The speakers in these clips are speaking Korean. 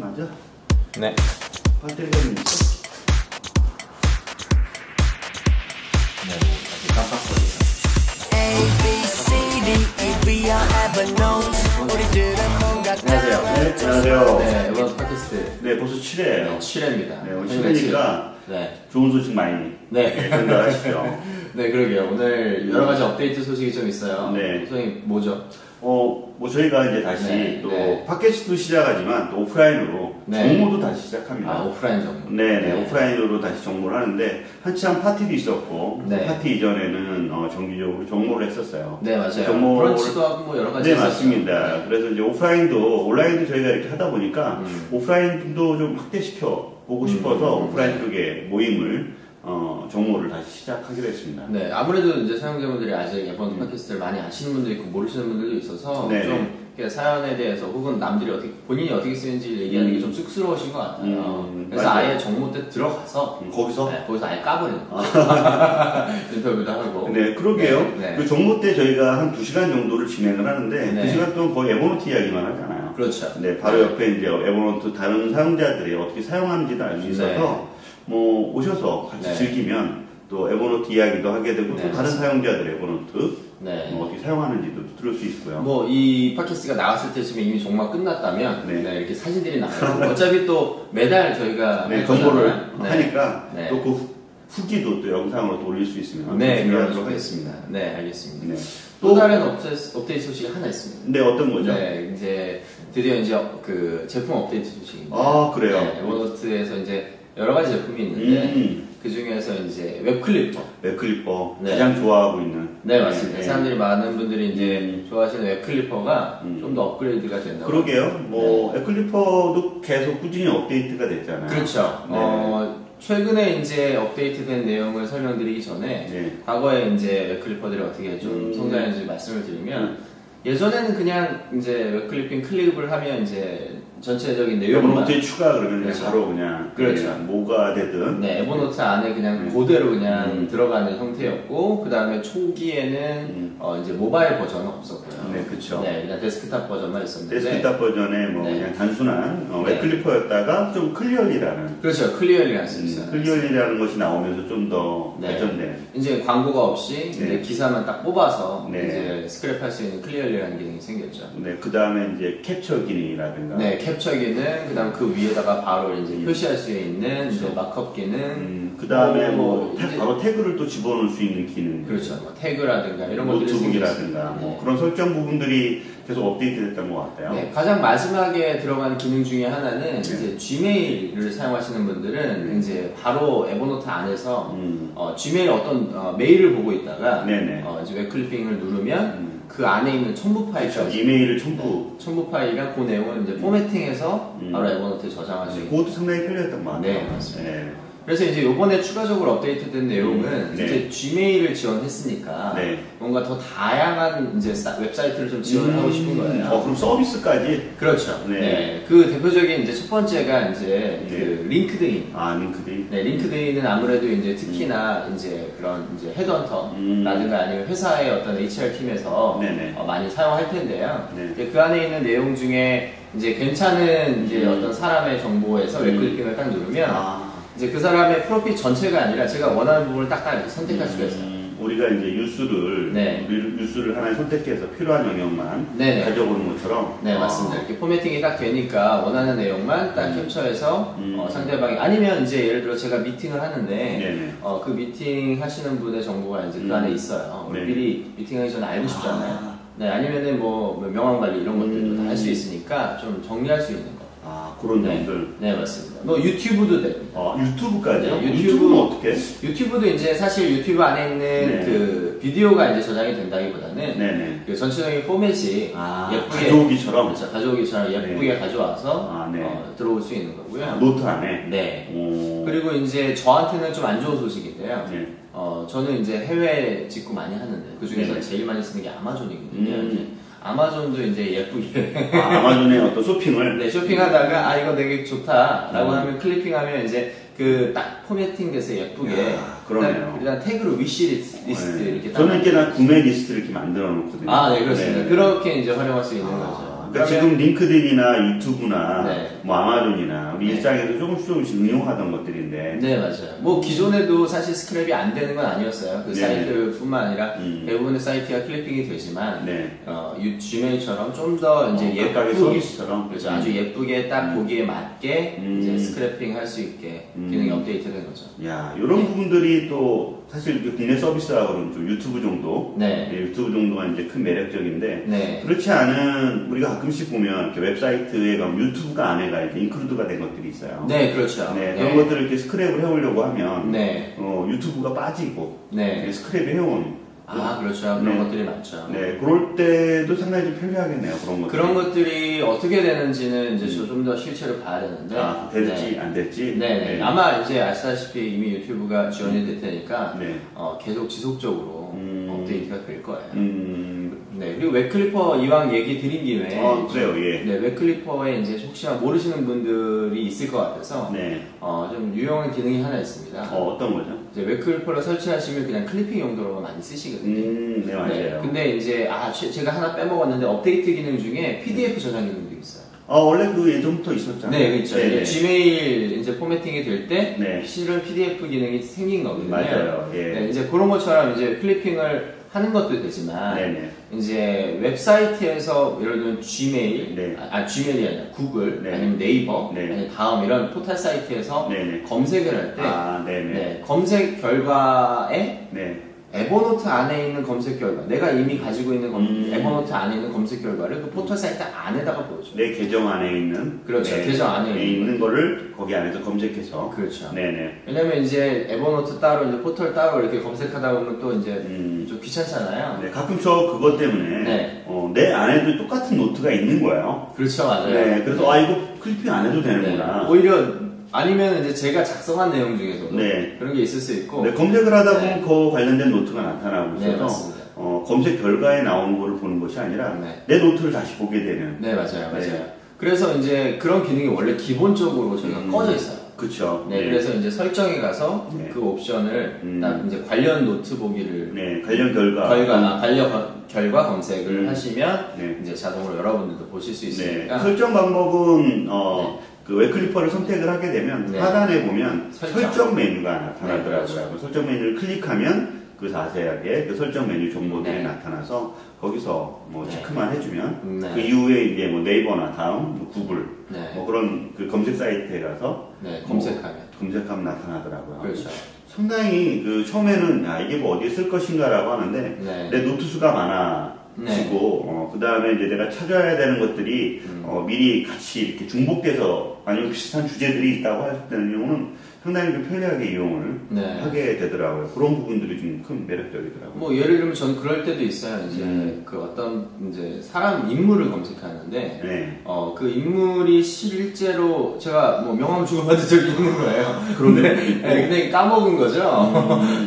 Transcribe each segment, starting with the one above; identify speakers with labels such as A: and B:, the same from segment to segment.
A: 앉아.
B: 네.
A: 반대감이 있어?
B: 네. 아주 깜빡거리네.
C: A, B, C, D, E, we are Evernote 우리들은 뭔가
B: 안녕하세요.
A: 네, 안녕하세요. 네,
B: 네, 이번 팟캐스트
A: 벌써 7회예요.
B: 7회입니다.
A: 네, 오늘 7회니까
B: 네.
A: 좋은 소식 많이
B: 네.
A: 전달하시죠.
B: 네, 그러게요. 오늘 여러 가지 업데이트 소식이 좀 있어요.
A: 네.
B: 선생님, 뭐죠?
A: 어, 뭐 저희가 이제 다시
B: 네,
A: 또
B: 네.
A: 팟캐스트도 시작하지만 또 오프라인으로
B: 네.
A: 정모도 다시 시작합니다.
B: 아, 오프라인 정보.
A: 네, 네, 오프라인으로 다시 정모를 하는데 한참 파티도 있었고
B: 네.
A: 파티 이전에는 어, 정기적으로 정모를 했었어요.
B: 네, 맞아요.
A: 정모를
B: 브런치도 하고 뭐 여러 가지
A: 네
B: 있었죠.
A: 맞습니다. 그래서 이제 오프라인도 온라인도 저희가 이렇게 하다 보니까
B: 음.
A: 오프라인도 좀 확대시켜 보고
B: 음,
A: 싶어서
B: 음,
A: 오프라인
B: 네.
A: 쪽에 모임을 어, 정모를 다시 시작하기로 했습니다.
B: 네, 아무래도 이제 사용자분들이 아직 앱번 팟캐스트를 많이 아시는 분들이 있고 모르시는 분들도 있어서
A: 음. 네.
B: 좀 이렇게 사연에 대해서 혹은 남들이 어떻게 본인이 어떻게 쓰는지 얘기하는 게 좀 쑥스러우신 것 같아요.
A: 음,
B: 그래서
A: 맞아요.
B: 아예 정모 때 들어가서
A: 음, 거기서
B: 네, 거기서 아예 까버리는 거. 인터뷰도 하고.
A: 네, 그러게요.
B: 뭐. 네, 네.
A: 그 정모 때 저희가 한 2시간 정도를 진행을 하는데
B: 네.
A: 그 시간 동안 거의 에버노트 이야기만 하잖아요.
B: 그렇죠.
A: 네, 바로 옆에 이제 에버노트 다른 사용자들이 어떻게 사용하는지도 알 수 있어서
B: 네.
A: 뭐 오셔서 같이
B: 네.
A: 즐기면 또 에버노트 이야기도 하게 되고
B: 네,
A: 또 다른 사용자들의 에버노트
B: 네.
A: 뭐 어떻게 사용하는지도 들을 수 있고요.
B: 뭐 이 팟캐스트가 나왔을 때쯤에 이미 정말 끝났다면
A: 네.
B: 네, 이렇게 사진들이 나와요. 어차피 또 매달 저희가
A: 네,
B: 할
A: 정보를
B: 거잖아요. 아, 네.
A: 하니까
B: 네.
A: 또 그 후기도 또 영상으로 또 올릴 수 있으면
B: 네,
A: 준비하도록
B: 그러도록
A: 하겠습니다.
B: 하겠습니다. 네, 알겠습니다.
A: 네.
B: 또 다른 업데이트, 업데이트 소식이 하나 있습니다.
A: 네, 어떤 거죠?
B: 네, 이제 드디어 이제 그 제품 업데이트 소식입니다.
A: 아, 그래요?
B: 네, 에버노트에서 이제 여러 가지 제품이 네, 있는데
A: 음,
B: 그 중에서 이제 웹클리퍼.
A: 웹클리퍼
B: 네.
A: 가장 좋아하고 있는.
B: 네, 맞습니다.
A: 네.
B: 사람들이 많은 분들이 이제
A: 음.
B: 좋아하시는 웹클리퍼가
A: 음.
B: 좀 더 업그레이드가 된다고.
A: 그러게요. 뭐 웹클리퍼도 계속 꾸준히 업데이트가 됐잖아요.
B: 네. 그렇죠.
A: 네.
B: 어, 최근에 이제 업데이트된 내용을 설명드리기 전에
A: 네.
B: 과거에 이제 웹클리퍼들이 어떻게 좀
A: 음.
B: 성장했는지 말씀을 드리면 예전에는 그냥 이제 웹클리핑 클릭을 하면 이제 전체적인 내용만
A: 에버노트에 그러니까 추가 그러면 그냥
B: 그렇죠.
A: 바로 그냥
B: 그렇죠.
A: 그냥 뭐가 되든
B: 네, 에버노트 안에 그냥
A: 음.
B: 그대로 그냥
A: 음.
B: 들어가는 형태였고 그 다음에 초기에는
A: 음.
B: 어, 이제 모바일 버전은 없었고요.
A: 네, 그쵸.
B: 네, 그냥 데스크탑 버전만 있었는데.
A: 데스크탑 버전의 뭐
B: 네.
A: 그냥 단순한 어,
B: 네.
A: 웹클리퍼였다가 좀 클리얼이라는
B: 그렇죠, 클리어리라는 서비스.
A: 음, 클리얼이라는 것이 나오면서 좀 더
B: 네.
A: 발전된.
B: 이제 광고가
A: 네.
B: 없이 이제 기사만 딱 뽑아서
A: 네.
B: 이제 스크랩할 수 있는 클리어리라는 기능이 생겼죠.
A: 네, 그 다음에 이제 캡처 기능이라든가.
B: 네, 캡처 기능, 그다음 그 위에다가 바로 이제
A: 그러니까. 음.
B: 표시할 수 있는 이제
A: 그렇죠.
B: 마크업 기능,
A: 그 다음에 뭐,
B: 뭐
A: 태-
B: 이제-
A: 바로 태그를 또 집어넣을 수 있는 기능.
B: 그렇죠, 뭐 태그라든가 이런 것들이
A: 음. 노트북이라든가
B: 생겼습니다.
A: 뭐
B: 네.
A: 그런 설정 부분들이 계속 업데이트 됐던 것 같아요.
B: 네, 가장 마지막에 들어간 기능 중에 하나는
A: 네.
B: 이제 Gmail을 사용하시는 분들은
A: 음.
B: 이제 바로 에버노트 안에서
A: 음.
B: 어, Gmail 어떤 어, 메일을 보고 있다가
A: 네네.
B: 어, 이제 웹클리핑을 누르면
A: 음.
B: 그 안에 있는 첨부 파일처럼
A: 그렇죠. 이메일을 첨부.
B: 첨부 파일이랑 그 내용을 이제 포맷팅해서
A: 음.
B: 바로 에버노트에 저장할 수
A: 네,
B: 있고
A: 그것도 상당히 편리했던 것 같아요.
B: 네, 맞습니다.
A: 네.
B: 그래서 이제 요번에 추가적으로 업데이트된 내용은
A: 네.
B: 이제 Gmail을 지원했으니까
A: 네.
B: 뭔가 더 다양한 이제 사- 웹사이트를 좀 지원하고 싶은 거예요.
A: 어, 그럼 서비스까지.
B: 그렇죠.
A: 네.
B: 네. 그 대표적인 이제 첫 번째가 이제
A: 네.
B: 그 링크드인.
A: 아, 링크드인.
B: 네, 링크드인은 아무래도 이제 특히나
A: 음.
B: 이제 그런 이제 헤드헌터라든가 아니면 회사의 어떤 HR 팀에서
A: 네네.
B: 어, 많이 사용할 텐데요.
A: 네.
B: 이제 그 안에 있는 내용 중에 이제 괜찮은 이제
A: 음.
B: 어떤 사람의 정보에서
A: 음.
B: 웹클릭을 딱 누르면
A: 아,
B: 이제 그 사람의 프로필 전체가 아니라 제가 원하는 부분을 딱딱 이렇게 선택할 수가 있어요.
A: 음, 우리가 이제 뉴스를
B: 네.
A: 우리 뉴스를 하나 선택해서 필요한 영역만
B: 네, 네.
A: 가져오는 것처럼.
B: 네,
A: 아,
B: 맞습니다. 이렇게 포매팅이 딱 되니까 원하는 내용만 딱 캡처해서
A: 음.
B: 어, 상대방이 아니면 이제 예를 들어 제가 미팅을 하는데
A: 네네.
B: 어, 그 미팅 하시는 분의 정보가 이제 그
A: 음.
B: 안에 있어요. 우리
A: 네.
B: 미리 미팅하기 전에 알고 싶잖아요.
A: 아.
B: 네, 아니면은 뭐, 뭐 명함 관리 이런 것들도
A: 음.
B: 다 할 수 있으니까 좀 정리할 수 있는 거.
A: 아, 그런
B: 네,
A: 점들.
B: 네 맞습니다. 뭐 유튜브도 돼.
A: 어, 유튜브까지요?
B: 네, 유튜브-
A: 유튜브... 는 어떻게?
B: 유튜브도 이제 사실 유튜브 안에 있는
A: 네.
B: 그 비디오가 이제 저장이 된다기보다는
A: 네네.
B: 그 전체적인 포맷이
A: 아,
B: 예쁘게
A: 가져오기처럼 네.
B: 그렇죠. 가져오기처럼 예쁘게 가져와서
A: 아, 네. 아,
B: 어, 들어올 수 있는 거고요.
A: 노트 안에.
B: 네.
A: 오.
B: 그리고 이제 저한테는 좀 안 좋은 소식인데요.
A: 네.
B: 어, 저는 이제 해외 직구 많이 하는데 그 중에서
A: 네.
B: 제일 많이 쓰는 게 아마존이거든요.
A: 음.
B: 이제 아마존도 이제 예쁘게
A: 아, 아마존의 어떤 쇼핑을.
B: 네, 쇼핑하다가 아 이거 되게 좋다라고
A: 음.
B: 하면 클리핑하면 이제 그 딱 포맷팅 돼서 예쁘게
A: 야, 그러네요.
B: 일단, 일단 태그로 위시 리스트, 리스트
A: 네.
B: 이렇게 딱
A: 저는 이렇게 나 구매 리스트를 이렇게 만들어 놓거든요.
B: 아, 네, 그렇습니다.
A: 네.
B: 그렇게 이제 활용할 수 있는
A: 아,
B: 거죠.
A: 그러니까
B: 그러면-
A: 지금 링크드인이나 유튜브나
B: 네.
A: 뭐 아마존이나 우리
B: 네.
A: 일상에서 조금씩 조금씩 응용하던 것들인데
B: 네 맞아요. 뭐 기존에도 사실 스크랩이 안 되는 건 아니었어요. 그
A: 네.
B: 사이트뿐만 아니라
A: 음.
B: 대부분의 사이트가 클리핑이 되지만
A: 네.
B: 어, 유, 지메일처럼 좀 더 이제
A: 어, 각각의
B: 예쁘게
A: 서비스처럼
B: 그렇죠. 아주 예쁘게 딱 보기에 맞게
A: 음.
B: 이제 스크래핑 할 수 있게 기능이
A: 음.
B: 업데이트된 거죠.
A: 야 이런
B: 네.
A: 부분들이 또 사실 그 국내 서비스하고는 좀 유튜브 정도
B: 네.
A: 예, 유튜브 정도가 이제 큰 매력적인데
B: 네.
A: 그렇지 않은 우리가 가끔씩 보면 이렇게 웹사이트에 가면 유튜브가 안에가 이렇게 인클루드가 된 것들이 있어요.
B: 네, 그렇죠.
A: 네,
B: 네.
A: 그런 것들을 이렇게 스크랩을 해오려고 하면
B: 네.
A: 어, 유튜브가 빠지고
B: 네.
A: 이렇게 스크랩을 해온
B: 아, 그렇죠.
A: 네.
B: 그런 것들이 많죠.
A: 네, 그럴 때도 상당히 좀 편리하겠네요. 그런 것들.
B: 그런 것들이 어떻게 되는지는 이제 좀 더 실체로 봐야 되는데.
A: 아, 될지
B: 네.
A: 안 될지.
B: 네, 네. 아마 이제 아시다시피 이미 유튜브가 지원이 될 테니까
A: 네.
B: 어, 계속 지속적으로
A: 음.
B: 업데이트가 될 거예요.
A: 음,
B: 네, 그리고 웹클리퍼 이왕 얘기 드린 김에
A: 어, 그래요, 예.
B: 네, 웹클리퍼에 이제 혹시나 모르시는 분들이 있을 것 같아서
A: 네.
B: 어, 좀 유용한 기능이 하나 있습니다.
A: 어, 어떤 거죠?
B: 이제 웹클리퍼를 설치하시면 그냥 클리핑 용도로 많이 쓰시거든요.
A: 음, 네, 맞아요.
B: 근데 이제 아 제- 제가 하나 빼먹었는데 업데이트 기능 중에 PDF 저장 기능도 있어요.
A: 아, 원래 그 예전부터 있었잖아요.
B: 네, 그렇죠.
A: 네, 네.
B: 이제 Gmail 이제 포매팅이 될 때
A: 네.
B: 실은 PDF 기능이 생긴 거거든요.
A: 맞아요, 예.
B: 네, 이제 그런 것처럼 이제 클리핑을 하는 것도 되지만
A: 네네.
B: 이제 웹사이트에서 예를 들면 Gmail,
A: 네.
B: 아, 아, Gmail이 아니라 구글,
A: 네.
B: 아니면 네이버,
A: 네.
B: 아니면 다음 이런 포털 사이트에서
A: 네네.
B: 검색을 할 때
A: 아, 네네.
B: 어? 네, 검색 결과에
A: 네.
B: 에버노트 안에 있는 검색 결과, 내가 이미 가지고 있는 검,
A: 음.
B: 에버노트 안에 있는 검색 결과를 그 포털 사이트 안에다가 보여줘.
A: 내 계정 안에 있는.
B: 그렇죠.
A: 네.
B: 계정 안에 있는
A: 있는 거를 거기 안에서 검색해서.
B: 그렇죠.
A: 네네.
B: 왜냐면 이제 에버노트 따로 이제 포털 따로 이렇게 검색하다 보면 또 이제
A: 음.
B: 좀 귀찮잖아요.
A: 네, 가끔 저 그것 때문에
B: 네.
A: 어, 내 안에도 똑같은 노트가 있는 거예요.
B: 그렇죠, 맞아요.
A: 네, 그래서 아 이거 클리핑 안 해도
B: 네.
A: 되는구나.
B: 오히려 아니면 이제 제가 작성한 내용 중에서도
A: 네.
B: 그런 게 있을 수 있고
A: 네, 검색을 하다 보면
B: 네.
A: 그 관련된 노트가 나타나고
B: 네,
A: 있어서
B: 맞습니다.
A: 어, 검색 결과에 나오는 거를 보는 것이 아니라
B: 네.
A: 내 노트를 다시 보게 되는.
B: 네, 맞아요, 맞아요.
A: 네.
B: 그래서 이제 그런 기능이 원래 기본적으로 저희가
A: 음.
B: 꺼져 있어요.
A: 그쵸.
B: 네, 그래서 이제 설정에 가서
A: 네.
B: 그 옵션을
A: 음.
B: 딱 이제 관련 노트 보기를
A: 네, 관련 결과.
B: 결과, 관련 결과 검색을
A: 음.
B: 하시면
A: 네.
B: 이제 자동으로 여러분들도 보실 수
A: 네,
B: 있으니까
A: 설정 방법은 어, 그 웹클리퍼를 선택을 하게 되면
B: 네.
A: 하단에 보면
B: 설정.
A: 설정, 메뉴가 나타나더라고요.
B: 네, 그렇죠.
A: 그 설정 메뉴를 클릭하면 그 자세하게 그 설정 메뉴 정보들이
B: 네.
A: 나타나서 거기서 뭐
B: 네.
A: 체크만 해주면
B: 네.
A: 그 이후에 이제 뭐 네이버나 다음, 뭐 구글
B: 네.
A: 뭐 그런 그 검색 사이트에 가서
B: 네, 검색하면
A: 검색하면 나타나더라고요.
B: 그렇죠.
A: 상당히 그 처음에는 야 이게 뭐 어디에 쓸 것인가라고 하는데
B: 네.
A: 내 노트 수가 많아지고 그 다음에 이제 내가 찾아야 되는 것들이 어, 미리 같이 이렇게 중복돼서 아니면 비슷한 주제들이 있다고 할 때는 경우는 상당히 좀 편리하게 이용을
B: 네.
A: 하게 되더라고요. 그런 부분들이 좀 큰 매력적이더라고요.
B: 뭐 예를 들면 저는 그럴 때도 있어요. 이제
A: 음.
B: 그 어떤 이제 사람 인물을 검색하는데
A: 네.
B: 어 그 인물이 실제로 제가 뭐 명함 주고받은 적이 있는 거예요.
A: 그런
B: 근데,
A: 적도 있고.
B: 네, 근데 까먹은 거죠.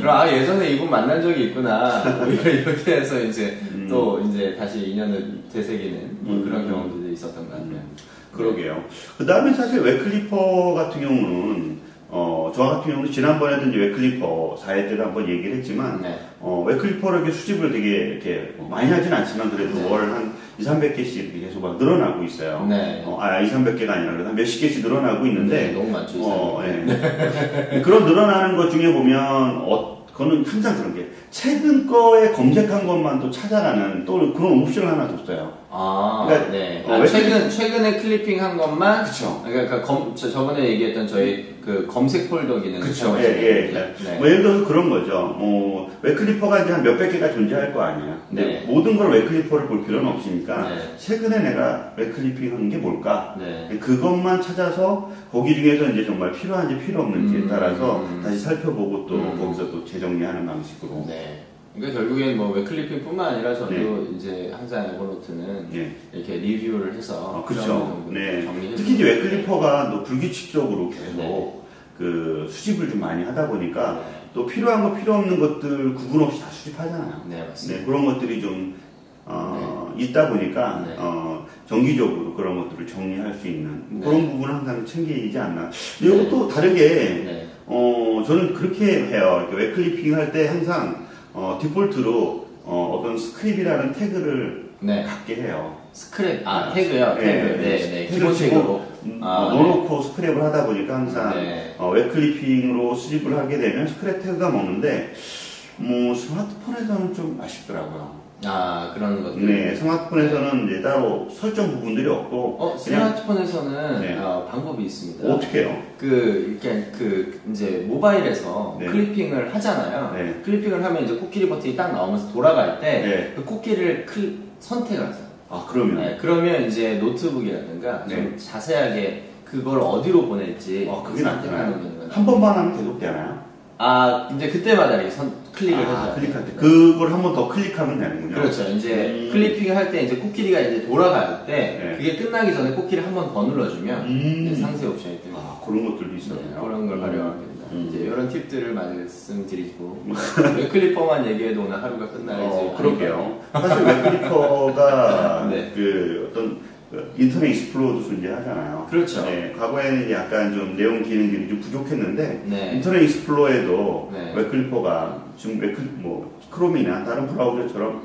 B: 그럼 아 예전에 이분 만난 적이 있구나 오히려 이렇게 해서 이제
A: 음.
B: 또 이제 다시 인연을 되새기는 뭐
A: 음.
B: 그런 경험들이 있었던 것 같아요.
A: 음, 그러게요. 그 다음에 사실 웹클리퍼 같은 경우는 어, 저 같은 경우는 지난번에도 이제 웹클리퍼 사회 때도 한번 얘기를 했지만
B: 네.
A: 어, 웹클리퍼를 이렇게 수집을 되게 이렇게 많이 하진 않지만 그래도
B: 네.
A: 월 한 2, 300개씩 이렇게 계속 막 늘어나고 있어요.
B: 네.
A: 어, 아, 2, 300개가 아니라 그래도 한 몇십 개씩 늘어나고
B: 네,
A: 있는데
B: 너무 많죠.
A: 어,
B: 이상하게.
A: 예. 그런 늘어나는 것 중에 보면 어, 그거는 항상 그런 게 최근 거에 검색한 것만 또 찾아가는 또 그런 옵션을 하나 뒀어요.
B: 아,
A: 그러니까,
B: 네.
A: 어,
B: 아,
A: 왜
B: 최근 최근에 클리핑 한 것만
A: 그쵸.
B: 그러니까 검, 저, 저번에 얘기했던 저희 그 검색 폴더 기능.
A: 그렇죠. 예, 예.
B: 네.
A: 뭐 예를 들어서 그런 거죠. 뭐 웹클리퍼가 이제 한 몇백 개가 존재할 거 아니에요.
B: 네.
A: 근데 모든 걸 웹클리퍼를 볼 필요는 없으니까
B: 네.
A: 최근에 내가 웹클리핑 한 게 뭘까?
B: 네.
A: 그것만 찾아서 거기 중에서 이제 정말 필요한지 필요 없는지에
B: 음.
A: 따라서 다시 살펴보고 또
B: 음.
A: 거기서 또 재정리하는 방식으로.
B: 네. 그러니까 결국엔 뭐 웹클리핑뿐만 아니라 저도
A: 네.
B: 이제 항상 에버노트는
A: 예.
B: 이렇게 리뷰를 해서
A: 어,
B: 아, 그런
A: 그렇죠.
B: 부분을
A: 네.
B: 정리해서
A: 특히 이제 웹클리퍼가 또 불규칙적으로 계속
B: 네.
A: 그 수집을 좀 많이 하다 보니까 또 필요한 거 필요 없는 것들 구분 없이 다 수집하잖아요.
B: 네, 맞습니다.
A: 네, 그런 것들이 좀 어, 있다 보니까
B: 네.
A: 어, 정기적으로 그런 것들을 정리할 수 있는 뭐
B: 네.
A: 그런 부분을 항상 챙기지 않나.
B: 네.
A: 이것도 또 다르게
B: 네.
A: 어, 저는 그렇게 해요. 이렇게 웹클리핑 할 때 항상 어, 디폴트로 어, 떤 스크립이라는 태그를
B: 네.
A: 갖게 해요.
B: 스크랩, 아, 태그요? 태그. 네, 네.
A: 태그를
B: 기본
A: 치고
B: 태그로. 아,
A: 음, 넣어놓고 스크랩을 하다 보니까 항상
B: 네.
A: 어, 웹클리핑으로 수집을 하게 되면 스크랩 태그가 먹는데 뭐 스마트폰에서는 좀 아쉽더라고요.
B: 아, 그런 것들.
A: 네, 스마트폰에서는 이제 따로 설정 부분들이 없고
B: 어,
A: 그냥
B: 스마트폰에서는
A: 네.
B: 어, 방법이 있습니다.
A: 어떻게 해요?
B: 그 이렇게 그 이제 모바일에서
A: 네.
B: 클리핑을 하잖아요.
A: 네.
B: 클리핑을 하면 이제 코끼리 버튼이 딱 나오면서 돌아갈 때
A: 네.
B: 그 코끼리를 클 선택하세요.
A: 아 그러면
B: 네, 그러면 이제 노트북이라든가 좀 자세하게 그걸 어디로 보낼지
A: 네. 어, 그게
B: 선택하는
A: 낫잖아요.
B: 거예요.
A: 한 번만 하면 계속 되나요?
B: 아 이제 그때마다 이렇게 선, 클릭을
A: 아,
B: 해줘요.
A: 클릭할 때 그걸 한 번 더 클릭하면 되는군요.
B: 그렇죠.
A: 음.
B: 이제 클리핑을 할 때 이제 코끼리가 이제 돌아갈 때
A: 네.
B: 그게 끝나기 전에 코끼리 한 번 더 눌러주면
A: 음.
B: 이제 상세 옵션이 뜹니다.
A: 아, 그런 것들도
B: 네,
A: 있었네요.
B: 그런 걸 활용하게 됩니다.
A: 음.
B: 이제 이런 팁들을 말씀드리고 웹클리퍼만 얘기해도 오늘 하루가 끝날지
A: 어, 그러게요. 사실 웹클리퍼가
B: 네.
A: 그 어떤 그 인터넷 익스플로러도 존재하잖아요.
B: 그렇죠.
A: 네, 과거에는 이제 약간 좀 내용 기능들이 좀 부족했는데
B: 네.
A: 인터넷 익스플로러에도
B: 네.
A: 웹클리퍼가 지금 웹클 뭐 크롬이나 다른 브라우저처럼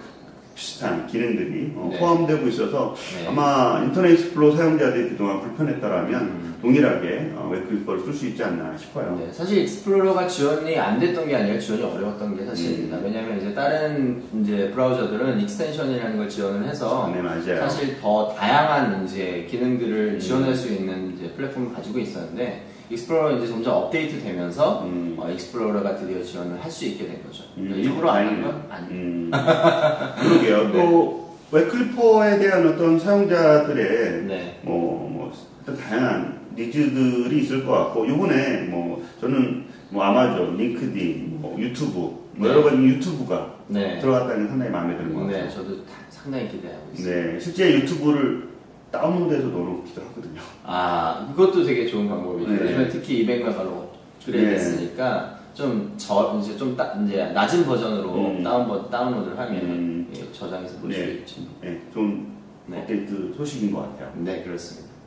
A: 비슷한 기능들이 어,
B: 네.
A: 포함되고 있어서
B: 네.
A: 아마 인터넷 익스플로러 사용자들이 그동안 불편했다라면 동일하게 어, 웹클리퍼를 쓸 수 있지 않나 싶어요.
B: 음. 네, 사실 익스플로러가 지원이 안 됐던 게 아니라 지원이 어려웠던 게 사실입니다.
A: 음.
B: 왜냐하면 이제 다른 이제 브라우저들은 익스텐션이라는 걸 지원을 해서
A: 네, 맞아요.
B: 사실 더 다양한 이제 기능들을 지원할 수 있는 이제 플랫폼을 가지고 있었는데 익스플로러 이제 점점 업데이트되면서
A: 음.
B: 어, 익스플로러가 드디어 지원을 할 수 있게 된 거죠.
A: 음,
B: 일부러 안 한
A: 다행이네요.
B: 건 아니에요. 네.
A: 음. 그러게요. 또 웹클리퍼에 대한 어떤 사용자들의
B: 네.
A: 뭐, 뭐 어떤 다양한 니즈들이 있을 것 같고 이번에 뭐 저는 뭐 아마존, 링크딘, 뭐 유튜브 뭐
B: 네.
A: 여러 가지 유튜브가
B: 네.
A: 들어갔다는 게 상당히 마음에 드는 것
B: 네,
A: 같아요.
B: 저도 다- 상당히 기대하고 있습니다.
A: 네, 실제 유튜브를 다운로드해서 넣어놓기도 하거든요.
B: 아, 그것도 되게 좋은 방법이죠.
A: 네.
B: 요즘에 특히 200만 바로 업그레이드했으니까 좀 저 이제 좀 따, 이제 낮은 버전으로
A: 음.
B: 다운 버, 다운로드를 하면
A: 음.
B: 예, 저장해서 볼 수
A: 네.
B: 있죠.
A: 네, 좀
B: 네.
A: 업데이트 소식인 것 같아요.
B: 네, 그렇습니다.